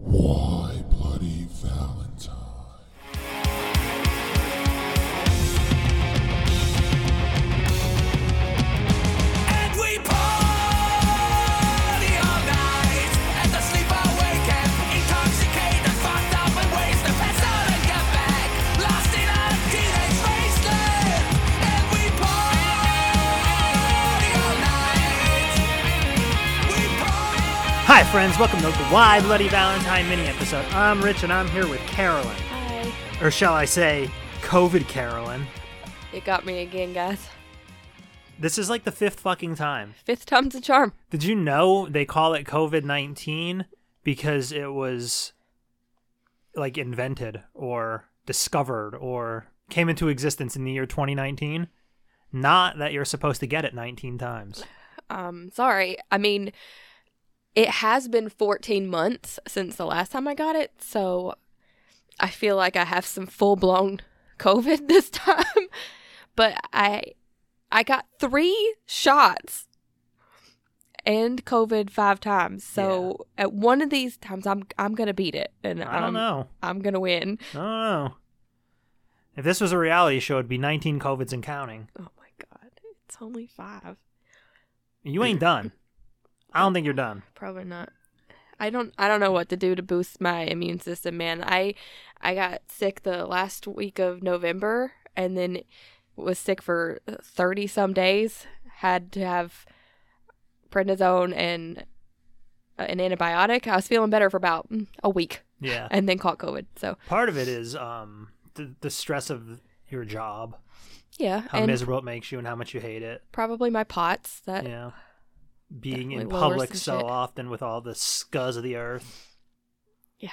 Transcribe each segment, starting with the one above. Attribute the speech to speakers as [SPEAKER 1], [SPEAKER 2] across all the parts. [SPEAKER 1] Why Bloody Valentine?
[SPEAKER 2] And we party all night, and the sleeper wake up, intoxicated, fucked up, and ways to pass out and get back, lost in a teenage wasteland. And we party all night. We party.
[SPEAKER 3] Hi, friends. Welcome to the Why Bloody Valentine mini episode. I'm Rich, and I'm here with Carolyn,
[SPEAKER 4] Hi.
[SPEAKER 3] or shall I say, COVID Carolyn.
[SPEAKER 4] It got me again, guys.
[SPEAKER 3] This is like the fifth fucking time.
[SPEAKER 4] Fifth time's a charm.
[SPEAKER 3] Did you know they call it COVID nineteen because it was like invented or discovered or came into existence in the year 2019? Not that you're supposed to get it 19 times.
[SPEAKER 4] Um, sorry. I mean, it has been 14 months since the last time I got it, so I feel like I have some full blown COVID this time. but I, I got three shots and COVID five times. So at one of these times, I'm I'm gonna beat it, and
[SPEAKER 3] I don't
[SPEAKER 4] um,
[SPEAKER 3] know.
[SPEAKER 4] I'm gonna win.
[SPEAKER 3] I don't know. If this was a reality show, it'd be 19 COVIDs and counting.
[SPEAKER 4] Oh my god, it's only five.
[SPEAKER 3] You ain't done. I don't think you're done.
[SPEAKER 4] Probably not. I don't I don't know what to do to boost my immune system, man. I I got sick the last week of November and then was sick for 30 some days. Had to have prednisone and uh, an antibiotic. I was feeling better for about mm, a week
[SPEAKER 3] Yeah.
[SPEAKER 4] and then caught COVID. So,
[SPEAKER 3] Part of it is um the, the stress of your job,
[SPEAKER 4] yeah,
[SPEAKER 3] how
[SPEAKER 4] and
[SPEAKER 3] miserable it makes you, and how much you hate it.
[SPEAKER 4] probably my pots that
[SPEAKER 3] yeah. Being in
[SPEAKER 4] definitely lowers
[SPEAKER 3] public so
[SPEAKER 4] some shit.
[SPEAKER 3] often with all the scuzz of the earth.
[SPEAKER 4] Yeah.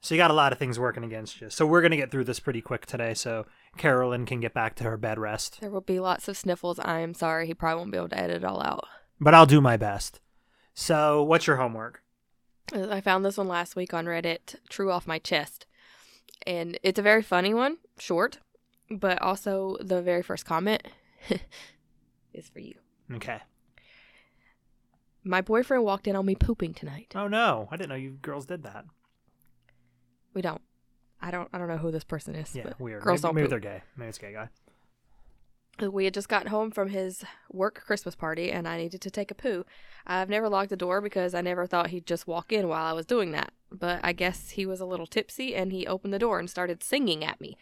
[SPEAKER 3] So you got a lot of things working against you. So we're gonna get through this pretty quick today, so Carolyn can get back to her bed rest.
[SPEAKER 4] there will be lots of sniffles. I am sorry. He probably won't be able to edit it all out.
[SPEAKER 3] But I'll do my best. So what's your homework?
[SPEAKER 4] Uh, I found this one last week on Reddit, True Off My Chest. And it's a very funny one, short, but also the very first comment is for you.
[SPEAKER 3] Okay.
[SPEAKER 4] My boyfriend walked in on me pooping tonight.
[SPEAKER 3] Oh no, I didn't know you girls did that.
[SPEAKER 4] We don't. I don't I don't know who this person is.
[SPEAKER 3] Yeah,
[SPEAKER 4] but
[SPEAKER 3] weird.
[SPEAKER 4] Girls
[SPEAKER 3] maybe,
[SPEAKER 4] don't
[SPEAKER 3] maybe
[SPEAKER 4] poop.
[SPEAKER 3] they're gay. Maybe it's a gay guy.
[SPEAKER 4] We had just gotten home from his work Christmas party and I needed to take a poo. I've never locked the door because I never thought he'd just walk in while I was doing that. But I guess he was a little tipsy and he opened the door and started singing at me.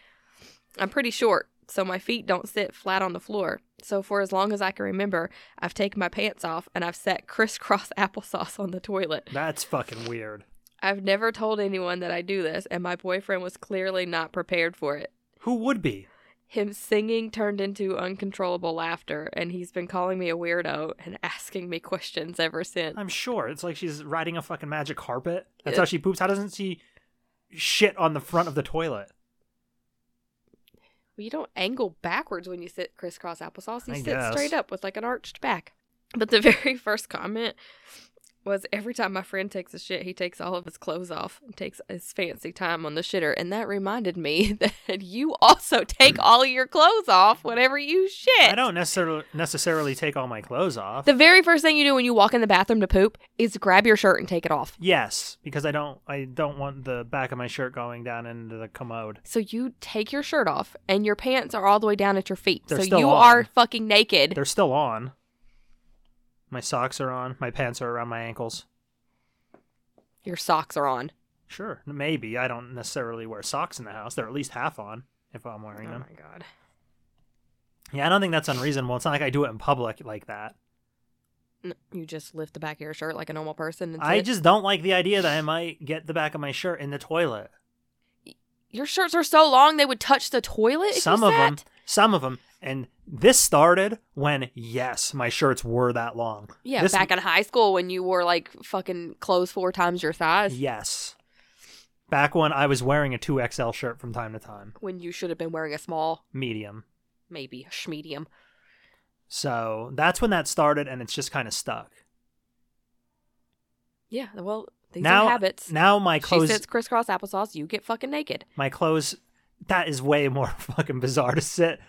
[SPEAKER 4] I'm pretty short, so my feet don't sit flat on the floor. So for as long as I can remember, I've taken my pants off and I've set crisscross applesauce on the toilet.
[SPEAKER 3] That's fucking weird.
[SPEAKER 4] I've never told anyone that I do this and my boyfriend was clearly not prepared for it.
[SPEAKER 3] Who would be?
[SPEAKER 4] Him singing turned into uncontrollable laughter, and he's been calling me a weirdo and asking me questions ever since.
[SPEAKER 3] I'm sure. It's like she's riding a fucking magic carpet. That's how she poops. How doesn't she shit on the front of the toilet?
[SPEAKER 4] Well, you don't angle backwards when you sit crisscross applesauce. You
[SPEAKER 3] I
[SPEAKER 4] sit
[SPEAKER 3] guess.
[SPEAKER 4] straight up with like an arched back. But the very first comment was every time my friend takes a shit, he takes all of his clothes off and takes his fancy time on the shitter. And that reminded me that you also take all your clothes off whenever you shit.
[SPEAKER 3] I don't necessarily necessarily take all my clothes off.
[SPEAKER 4] The very first thing you do when you walk in the bathroom to poop is grab your shirt and take it off.
[SPEAKER 3] yes, because I don't I don't want the back of my shirt going down into the commode.
[SPEAKER 4] So you take your shirt off and your pants are all the way down at your feet.
[SPEAKER 3] They're
[SPEAKER 4] so
[SPEAKER 3] still
[SPEAKER 4] you
[SPEAKER 3] on.
[SPEAKER 4] are fucking naked.
[SPEAKER 3] They're still on. My socks are on. My pants are around my ankles.
[SPEAKER 4] Your socks are on.
[SPEAKER 3] Sure, maybe I don't necessarily wear socks in the house. They're at least half on if I'm wearing them.
[SPEAKER 4] god.
[SPEAKER 3] Yeah, I don't think that's unreasonable. It's not like I do it in public like that.
[SPEAKER 4] You just lift the back of your shirt like a normal person. And
[SPEAKER 3] I
[SPEAKER 4] sit-
[SPEAKER 3] just don't like the idea that I might get the back of my shirt in the toilet.
[SPEAKER 4] your shirts are so long they would touch the toilet. if you
[SPEAKER 3] some of them
[SPEAKER 4] sat?
[SPEAKER 3] some of them and this started when yes my shirts were that long
[SPEAKER 4] Yeah,
[SPEAKER 3] This-
[SPEAKER 4] back in high school when you wore like fucking clothes four times your size.
[SPEAKER 3] yes back when i was wearing a 2xl shirt from time to time
[SPEAKER 4] When you should have been wearing a small,
[SPEAKER 3] medium
[SPEAKER 4] maybe a medium.
[SPEAKER 3] so that's when that started and it's just kind of stuck
[SPEAKER 4] Yeah, well, These
[SPEAKER 3] now
[SPEAKER 4] are habits.
[SPEAKER 3] now my
[SPEAKER 4] she
[SPEAKER 3] clothes
[SPEAKER 4] sits crisscross applesauce. You get fucking naked.
[SPEAKER 3] my clothes that is way more fucking bizarre to sit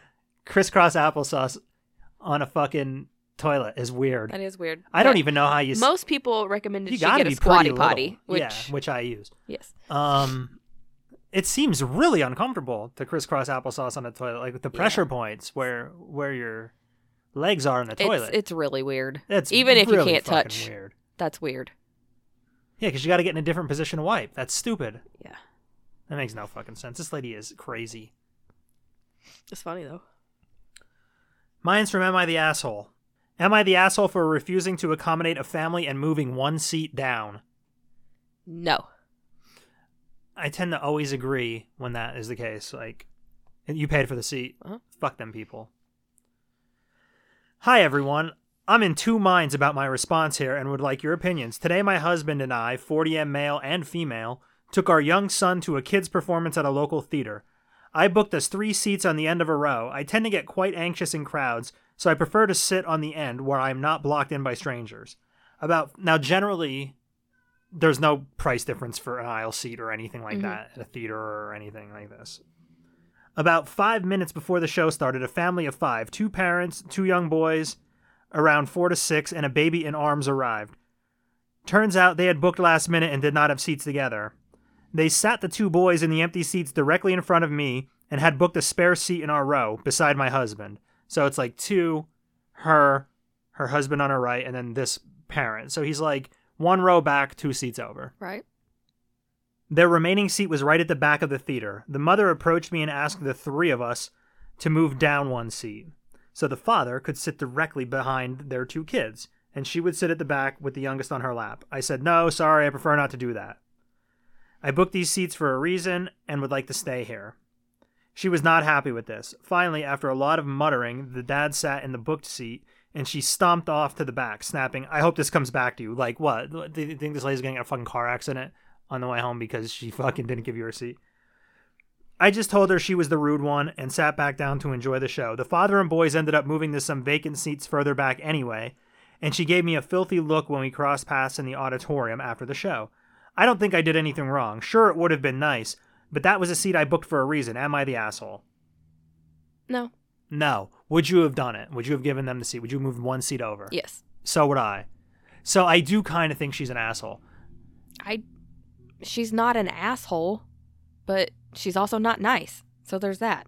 [SPEAKER 3] crisscross applesauce on a fucking toilet is weird.
[SPEAKER 4] That is weird.
[SPEAKER 3] I don't
[SPEAKER 4] But
[SPEAKER 3] even know how you s-
[SPEAKER 4] Most people recommended
[SPEAKER 3] you
[SPEAKER 4] she
[SPEAKER 3] gotta
[SPEAKER 4] get a
[SPEAKER 3] be
[SPEAKER 4] squatty
[SPEAKER 3] pretty
[SPEAKER 4] potty,
[SPEAKER 3] little.
[SPEAKER 4] which
[SPEAKER 3] yeah, which I use.
[SPEAKER 4] yes,
[SPEAKER 3] Um, it seems really uncomfortable to crisscross applesauce on a toilet, like with the pressure points where where your legs are in the
[SPEAKER 4] it's
[SPEAKER 3] toilet.
[SPEAKER 4] it's really weird.
[SPEAKER 3] That's
[SPEAKER 4] even if you
[SPEAKER 3] really
[SPEAKER 4] can't
[SPEAKER 3] fucking
[SPEAKER 4] touch,
[SPEAKER 3] Weird.
[SPEAKER 4] that's weird.
[SPEAKER 3] Yeah, because you got to get in a different position to wipe. That's stupid.
[SPEAKER 4] Yeah,
[SPEAKER 3] That makes no fucking sense. This lady is crazy.
[SPEAKER 4] it's funny though.
[SPEAKER 3] Mine's from Am I the Asshole? Am I the asshole for refusing to accommodate a family and moving one seat down?
[SPEAKER 4] No,
[SPEAKER 3] I tend to always agree when that is the case. Like, and you paid for the seat.
[SPEAKER 4] Uh-huh.
[SPEAKER 3] Fuck them people. Hi, everyone. I'm in two minds about my response here and would like your opinions. Today, my husband and I, 40M male and female, took our young son to a kid's performance at a local theater. I booked us three seats on the end of a row. I tend to get quite anxious in crowds, so I prefer to sit on the end where I am not blocked in by strangers. About now, generally, there's no price difference for an aisle seat or anything like that at a theater or anything like this. About five minutes before the show started, a family of five, two parents, two young boys, around four to six, and a baby in arms arrived. Turns out they had booked last minute and did not have seats together. They sat the two boys in the empty seats directly in front of me and had booked a spare seat in our row beside my husband. So it's like two, her, her husband on her right, and then this parent. So he's like one row back, two seats over.
[SPEAKER 4] right?
[SPEAKER 3] Their remaining seat was right at the back of the theater. The mother approached me and asked the three of us to move down one seat so the father could sit directly behind their two kids, and she would sit at the back with the youngest on her lap. I said, No, sorry, I prefer not to do that. I booked these seats for a reason and would like to stay here. She was not happy with this. Finally, after a lot of muttering, the dad sat in the booked seat and she stomped off to the back, snapping, I hope this comes back to you. Like, what? Do you think this lady's gonna get in a fucking car accident on the way home because she fucking didn't give you her seat? I just told her she was the rude one and sat back down to enjoy the show. The father and boys ended up moving to some vacant seats further back anyway, and she gave me a filthy look when we crossed paths in the auditorium after the show. I don't think I did anything wrong. Sure, it would have been nice, but that was a seat I booked for a reason. Am I the asshole?
[SPEAKER 4] No,
[SPEAKER 3] No. Would you have done it? Would you have given them the seat? Would you have moved one seat over?
[SPEAKER 4] yes,
[SPEAKER 3] So would I. So I do kind of think she's an asshole.
[SPEAKER 4] I. She's not an asshole, but she's also not nice. So there's that.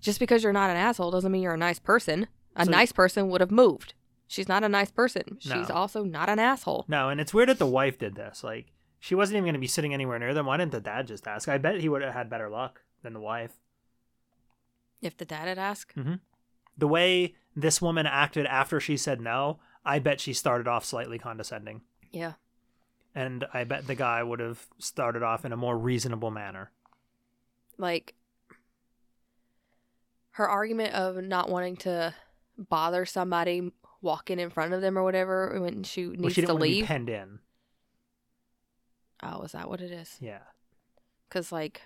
[SPEAKER 4] Just because you're not an asshole doesn't mean you're a nice person. A
[SPEAKER 3] So-
[SPEAKER 4] nice person would have moved. She's not a nice person. She's
[SPEAKER 3] No.
[SPEAKER 4] also not an asshole.
[SPEAKER 3] No, and it's weird that the wife did this. Like, she wasn't even going to be sitting anywhere near them. Why didn't the dad just ask? I bet he would have had better luck than the wife.
[SPEAKER 4] If the dad had asked,
[SPEAKER 3] The way this woman acted after she said no, I bet she started off slightly condescending.
[SPEAKER 4] yeah,
[SPEAKER 3] And I bet the guy would have started off in a more reasonable manner.
[SPEAKER 4] like her argument of not wanting to bother somebody walking in front of them or whatever when she needs
[SPEAKER 3] Well, she didn't
[SPEAKER 4] to
[SPEAKER 3] want to be
[SPEAKER 4] leave.
[SPEAKER 3] penned in.
[SPEAKER 4] oh, is that what it is?
[SPEAKER 3] Yeah.
[SPEAKER 4] Because, like,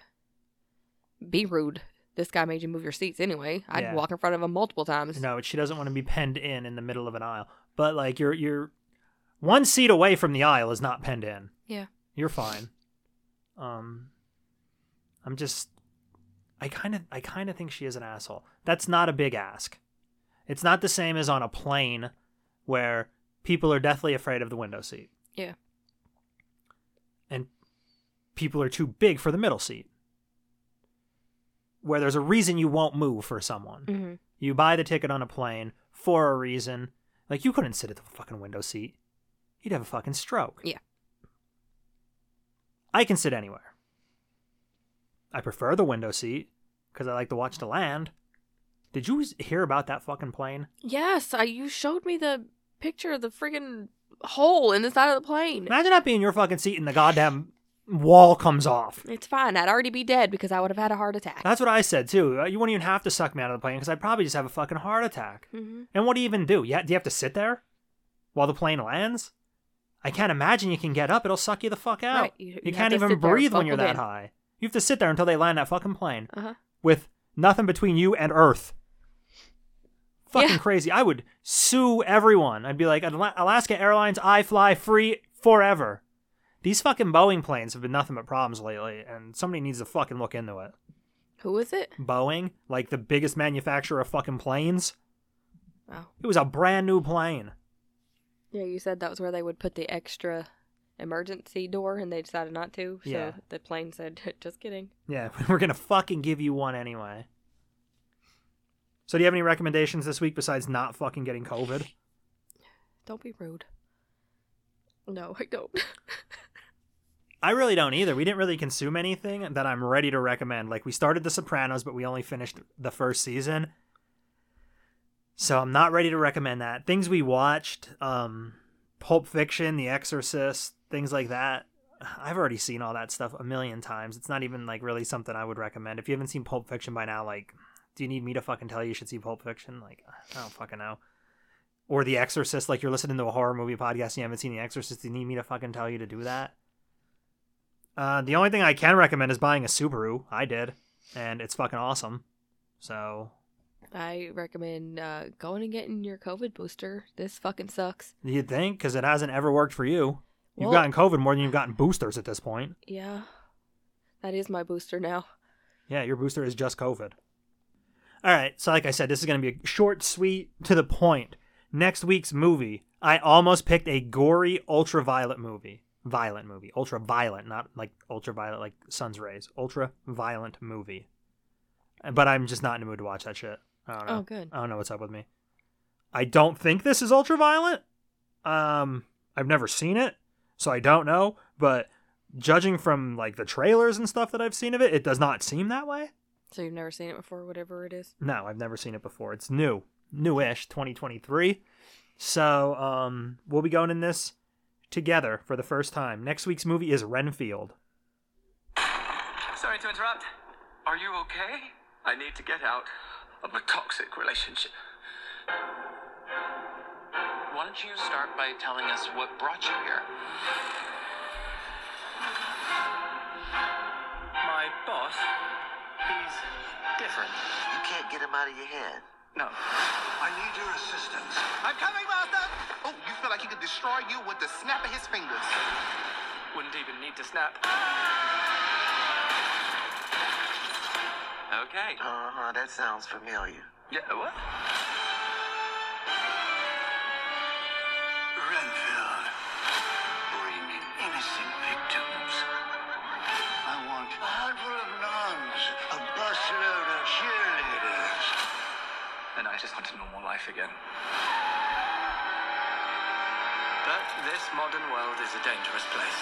[SPEAKER 4] be rude. This guy made you move your seats anyway. I'd
[SPEAKER 3] Yeah.
[SPEAKER 4] walk in front of him multiple times.
[SPEAKER 3] No, she doesn't want to be penned in in the middle of an aisle. But like you're you're one seat away from the aisle is not penned in.
[SPEAKER 4] Yeah.
[SPEAKER 3] You're fine. Um I'm just I kind of I kind of think she is an asshole. That's not a big ask. It's not the same as on a plane where people are deathly afraid of the window seat
[SPEAKER 4] Yeah.
[SPEAKER 3] and people are too big for the middle seat. Where there's a reason you won't move for someone.
[SPEAKER 4] hmm
[SPEAKER 3] You buy the ticket on a plane for a reason. Like you couldn't sit at the fucking window seat. You'd have a fucking stroke.
[SPEAKER 4] Yeah.
[SPEAKER 3] I can sit anywhere. I prefer the window seat because I like to watch the land. Did you hear about that fucking plane?
[SPEAKER 4] Yes, I, you showed me the picture of the friggin' hole in the side of the plane.
[SPEAKER 3] Imagine not being in your fucking seat and the goddamn wall comes off.
[SPEAKER 4] It's fine. I'd already be dead because I would have had a heart attack.
[SPEAKER 3] That's what I said too. Uh, You wouldn't even have to suck me out of the plane because I'd probably just have a fucking heart attack.
[SPEAKER 4] hmm
[SPEAKER 3] And what do you even do? Yeah, do you have to sit there while the plane lands? I can't imagine you can get up. It'll suck you the fuck out.
[SPEAKER 4] Right, you-
[SPEAKER 3] You,
[SPEAKER 4] you have
[SPEAKER 3] can't
[SPEAKER 4] to
[SPEAKER 3] even
[SPEAKER 4] sit there
[SPEAKER 3] breathe when you're
[SPEAKER 4] buckled
[SPEAKER 3] that
[SPEAKER 4] in.
[SPEAKER 3] high. You have to sit there until they land that fucking plane
[SPEAKER 4] Uh huh.
[SPEAKER 3] with nothing between you and Earth. Fucking
[SPEAKER 4] Yeah.
[SPEAKER 3] crazy. I would sue everyone. I'd be like, "Ala- Alaska Airlines, I fly free forever. These fucking Boeing planes have been nothing but problems lately, and somebody needs to fucking look into it.
[SPEAKER 4] Who is it?
[SPEAKER 3] Boeing, like the biggest manufacturer of fucking planes,
[SPEAKER 4] Oh,
[SPEAKER 3] it was a brand new plane.
[SPEAKER 4] yeah. You said that was where they would put the extra emergency door, and they decided not to. So
[SPEAKER 3] Yeah.
[SPEAKER 4] the plane said, "Just kidding."
[SPEAKER 3] Yeah, we're gonna fucking give you one anyway. So, do you have any recommendations this week besides not fucking getting COVID?
[SPEAKER 4] Don't be rude. No, I don't.
[SPEAKER 3] I really don't either. We didn't really consume anything that I'm ready to recommend. Like we started The Sopranos, but we only finished the first season. So I'm not ready to recommend that. Things we watched, um Pulp Fiction, The Exorcist, things like that. I've already seen all that stuff a million times. It's not even like really something I would recommend. If you haven't seen Pulp Fiction by now, like do you need me to fucking tell you you should see Pulp Fiction? Like I don't fucking know. Or The Exorcist, like you're listening to a horror movie podcast and you haven't seen The Exorcist, do you need me to fucking tell you to do that? Uh, the only thing I can recommend is buying a Subaru. I did, and it's fucking awesome. So
[SPEAKER 4] I recommend uh, going and getting your COVID booster. This fucking sucks.
[SPEAKER 3] you'd think, because it hasn't ever worked for you, you've
[SPEAKER 4] Well-
[SPEAKER 3] gotten COVID more than you've gotten boosters at this point.
[SPEAKER 4] Yeah, that is my booster now.
[SPEAKER 3] Yeah, your booster is just COVID. All right, so like I said, this is going to be a short, sweet, to the point. Next week's movie, I almost picked a gory, ultraviolet movie. Violent movie. Ultraviolet, not like ultraviolet, like sun's rays. Ultraviolet movie. Uh, But I'm just not in the mood to watch that shit. I don't know.
[SPEAKER 4] Oh, good.
[SPEAKER 3] I don't know what's up with me. I don't think this is ultraviolet. Um, I've never seen it, so I don't know. But judging from like the trailers and stuff that I've seen of it, it does not seem that way.
[SPEAKER 4] So you've never seen it before, whatever it is.
[SPEAKER 3] No, I've never seen it before. It's new, newish, 2023. So um, we'll be going in this together for the first time. Next week's movie is Renfield.
[SPEAKER 5] Sorry to interrupt. Are you okay? I need to get out of a toxic relationship.
[SPEAKER 6] Why don't you start by telling us what brought you here?
[SPEAKER 5] My boss, he's different.
[SPEAKER 7] You can't get him out of your head.
[SPEAKER 5] No. I need your assistance.
[SPEAKER 8] I'm coming, Master! Oh, you feel like he could destroy you with the snap of his fingers.
[SPEAKER 5] Wouldn't even need to snap. Okay.
[SPEAKER 7] Uh huh, that sounds familiar.
[SPEAKER 5] Yeah, what?
[SPEAKER 8] Renfield. Bringing innocent victims. I want a handful of nuns, a busload of cheerleaders.
[SPEAKER 5] And I just want a normal life again. But this modern world is a dangerous place.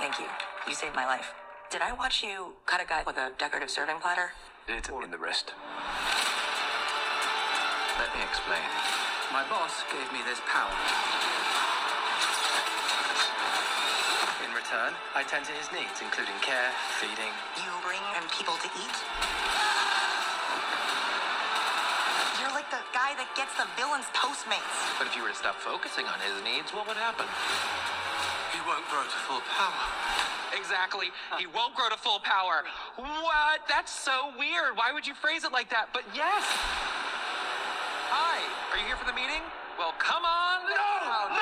[SPEAKER 9] Thank you. You saved my life. Did I watch you cut a guy with a decorative serving platter?
[SPEAKER 5] It's in the wrist. Let me explain. My boss gave me this power. In return, I tend to his needs, including care, feeding.
[SPEAKER 9] You bring him people to eat? You're like the guy that gets the villain's Postmates.
[SPEAKER 6] But if you were to stop focusing on his needs, what would happen?
[SPEAKER 5] He won't grow to full power.
[SPEAKER 6] Exactly. He won't grow to full power. What? That's so weird. Why would you phrase it like that? But yes. Hi. Are you here for the meeting? Well, come on. down.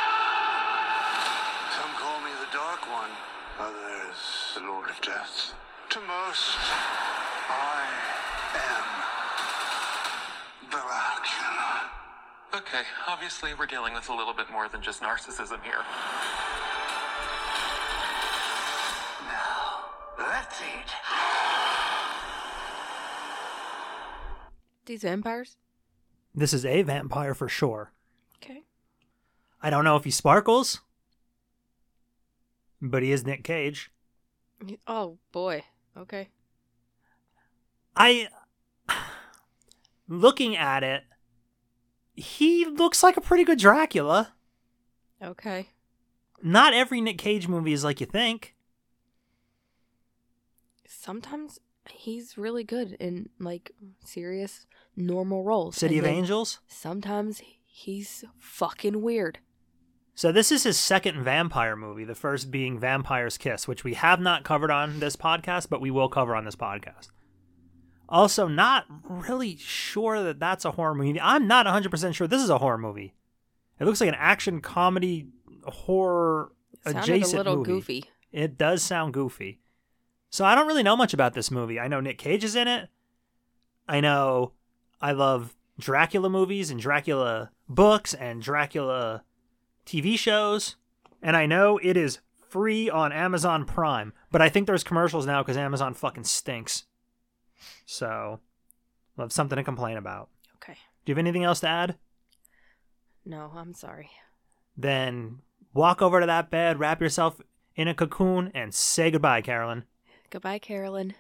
[SPEAKER 8] Some call me the Dark One, others the Lord of Death. To most, I am Barak.
[SPEAKER 6] Okay, obviously we're dealing with a little bit more than just narcissism here.
[SPEAKER 8] Now, let's eat.
[SPEAKER 4] These vampires.
[SPEAKER 3] This is a vampire for sure.
[SPEAKER 4] Okay.
[SPEAKER 3] I don't know if he sparkles, but he is Nick Cage.
[SPEAKER 4] Oh boy. Okay.
[SPEAKER 3] I looking at it, he looks like a pretty good Dracula.
[SPEAKER 4] Okay.
[SPEAKER 3] Not every Nick Cage movie is like you think.
[SPEAKER 4] Sometimes he's really good in like serious normal roles.
[SPEAKER 3] City
[SPEAKER 4] and
[SPEAKER 3] of
[SPEAKER 4] then
[SPEAKER 3] Angels.
[SPEAKER 4] Sometimes he's fucking weird.
[SPEAKER 3] So this is his second vampire movie, the first being Vampire's Kiss, which we have not covered on this podcast, but we will cover on this podcast. Also, not really sure that that's a horror movie. I'm not 100% sure this is a horror movie. It looks like an action comedy horror
[SPEAKER 4] Sounded
[SPEAKER 3] adjacent
[SPEAKER 4] a little
[SPEAKER 3] movie.
[SPEAKER 4] goofy.
[SPEAKER 3] It does sound goofy. So I don't really know much about this movie. I know Nick Cage is in it. I know I love Dracula movies and Dracula books and Dracula TV shows. And I know it is free on Amazon Prime, but I think there's commercials now because Amazon fucking stinks. So, love something to complain about.
[SPEAKER 4] Okay.
[SPEAKER 3] Do you have anything else to add?
[SPEAKER 4] No, I'm sorry.
[SPEAKER 3] Then walk over to that bed, wrap yourself in a cocoon, and say goodbye, Carolyn.
[SPEAKER 4] Goodbye, Carolyn.